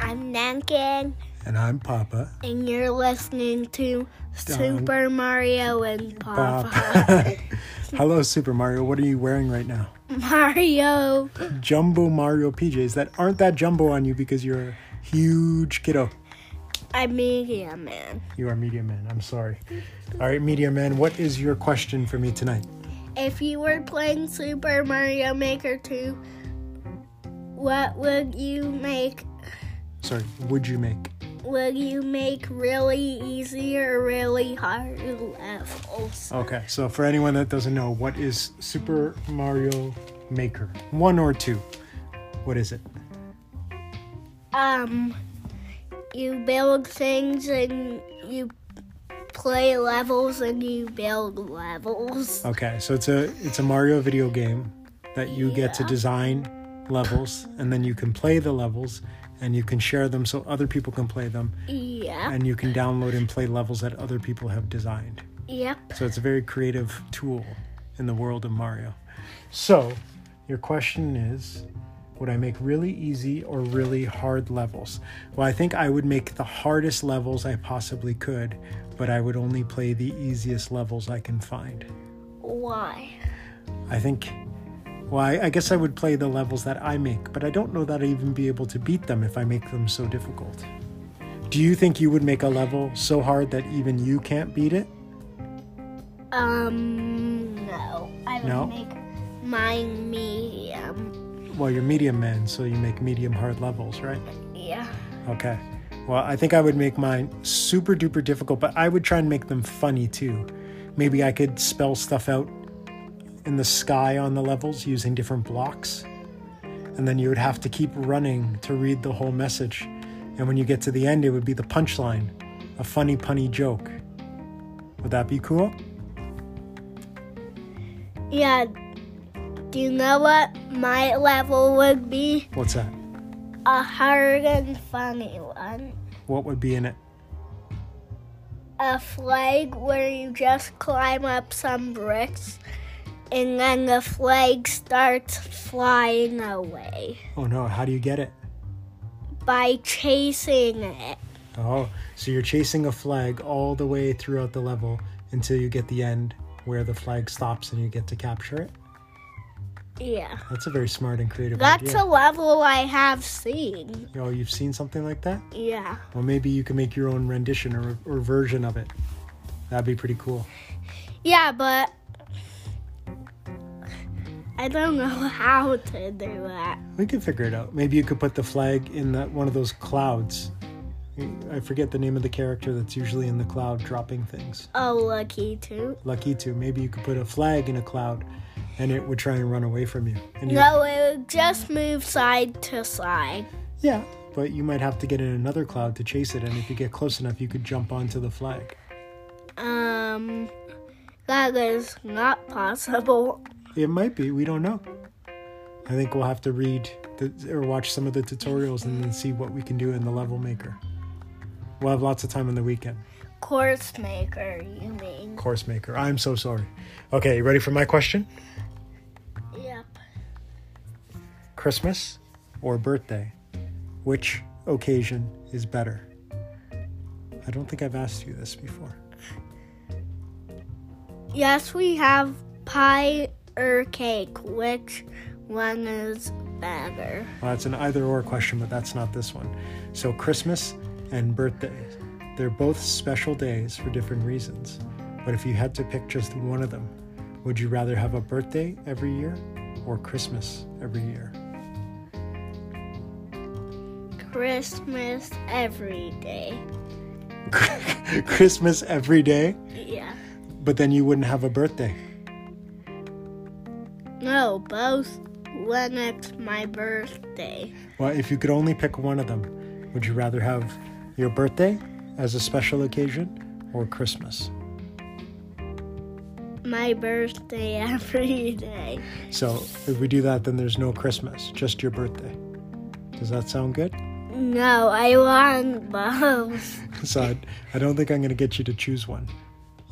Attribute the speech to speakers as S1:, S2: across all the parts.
S1: I'm Nankin,
S2: And I'm Papa.
S1: and you're listening to Super Mario and Papa.
S2: Papa. Hello, Super Mario. What are you wearing right now?
S1: Mario,
S2: Jumbo Mario PJs that aren't that jumbo on you because you're a huge kiddo.
S1: I'm Media Man.
S2: You are Media Man. I'm sorry. All right, Media Man, what is your question for me tonight?
S1: If you were playing Super Mario Maker 2, what would you make?
S2: Sorry, would you make?
S1: Would you make really easy or really hard levels?
S2: Okay, so for anyone that doesn't know, what is Super Mario Maker? One or two? What is it?
S1: Um, you build things and you play levels and you build levels.
S2: Okay, so it's a it's a Mario video game that you get to design levels and then you can play the levels and you can share them so other people can play them
S1: Yeah.
S2: and you can download and play levels that other people have designed.
S1: Yep.
S2: So it's a very creative tool in the world of Mario. So, your question is would I make really easy or really hard levels? Well, I think I would make the hardest levels I possibly could, but I would only play the easiest levels I can find.
S1: Why?
S2: I think. Well, I, I guess I would play the levels that I make, but I don't know that I'd even be able to beat them if I make them so difficult. Do you think you would make a level so hard that even you can't beat it?
S1: Um, no. I would
S2: No?
S1: make mine um, medium.
S2: Well, you're medium man, so you make medium hard levels, right?
S1: Yeah.
S2: Okay. Well, I think I would make mine super duper difficult, but I would try and make them funny too. Maybe I could spell stuff out in the sky on the levels using different blocks. And then you would have to keep running to read the whole message. And when you get to the end, it would be the punchline a funny, punny joke. Would that be cool?
S1: Yeah. Do you know what my level would be?
S2: What's that?
S1: A hard and funny one.
S2: What would be in it?
S1: A flag where you just climb up some bricks and then the flag starts flying away
S2: Oh no, how do you get it?
S1: by chasing it.
S2: Oh, so you're chasing a flag all the way throughout the level until you get the end where the flag stops and you get to capture it.
S1: Yeah.
S2: That's a very smart and creative
S1: That's a
S2: idea.
S1: level I have seen.
S2: oh, you've seen something like that?
S1: Yeah.
S2: Well, maybe you can make your own rendition or, or version of it. That'd be pretty cool.
S1: Yeah, but I don't know how to do that.
S2: We could figure it out. Maybe you could put the flag in that one of those clouds. I forget the name of the character that's usually in the cloud dropping things.
S1: Oh, lucky too.
S2: Lucky to. Maybe you could put a flag in a cloud, and it would try and run away from you. And you
S1: No, it would just move side to side.
S2: Yeah, but you might have to get in another cloud to chase it, and if you get close enough, you could jump onto the flag.
S1: Um, that is not possible.
S2: It might be, we don't know. I think we'll have to read the, or watch some of the tutorials and then see what we can do in the level maker. We'll have lots of time on the weekend.
S1: Course maker, you mean?
S2: Course maker. I'm so sorry. Okay, you ready for my question?
S1: Yep.
S2: Christmas or birthday? Which occasion is better? I don't think I've asked you this before.
S1: Yes, we have pie or cake. Which one is better?
S2: Well, it's an either or question, but that's not this one. So, Christmas and birthdays, they're both special days for different reasons. But if you had to pick just one of them, would you rather have a birthday every year or Christmas every year?
S1: Christmas every day.
S2: Christmas every day,
S1: Yeah.
S2: but then you wouldn't have a birthday.
S1: No, both when it's my birthday.
S2: Well, if you could only pick one of them, would you rather have your birthday as a special occasion or Christmas?
S1: My birthday every day.
S2: So, if we do that, then there's no Christmas, just your birthday. Does that sound good?
S1: No, I want both.
S2: So I, I don't think I'm going to get you to choose one.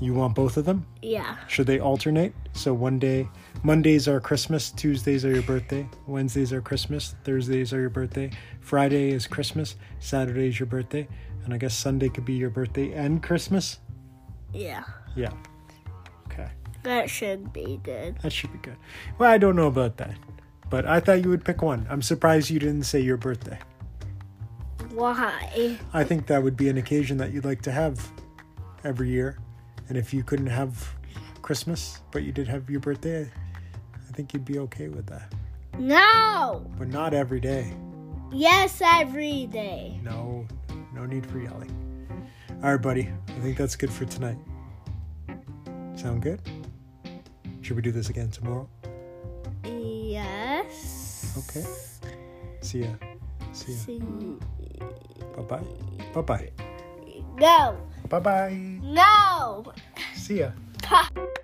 S2: You want both of them?
S1: Yeah.
S2: Should they alternate? So one day, Mondays are Christmas, Tuesdays are your birthday, Wednesdays are Christmas, Thursdays are your birthday, Friday is Christmas, Saturday is your birthday, and I guess Sunday could be your birthday and Christmas?
S1: Yeah.
S2: Yeah. Okay.
S1: That should be good.
S2: That should be good. Well, I don't know about that, but I thought you would pick one. I'm surprised you didn't say your birthday.
S1: Why?
S2: I think that would be an occasion that you'd like to have every year. And if you couldn't have Christmas, but you did have your birthday, I think you'd be okay with that.
S1: No!
S2: But not every day.
S1: Yes, every day.
S2: No, no need for yelling. All right, buddy. I think that's good for tonight. Sound good? Should we do this again tomorrow?
S1: Yes.
S2: Okay. See ya. See ya.
S1: See.
S2: Bye bye. Bye bye.
S1: No.
S2: Bye bye.
S1: No.
S2: See ya.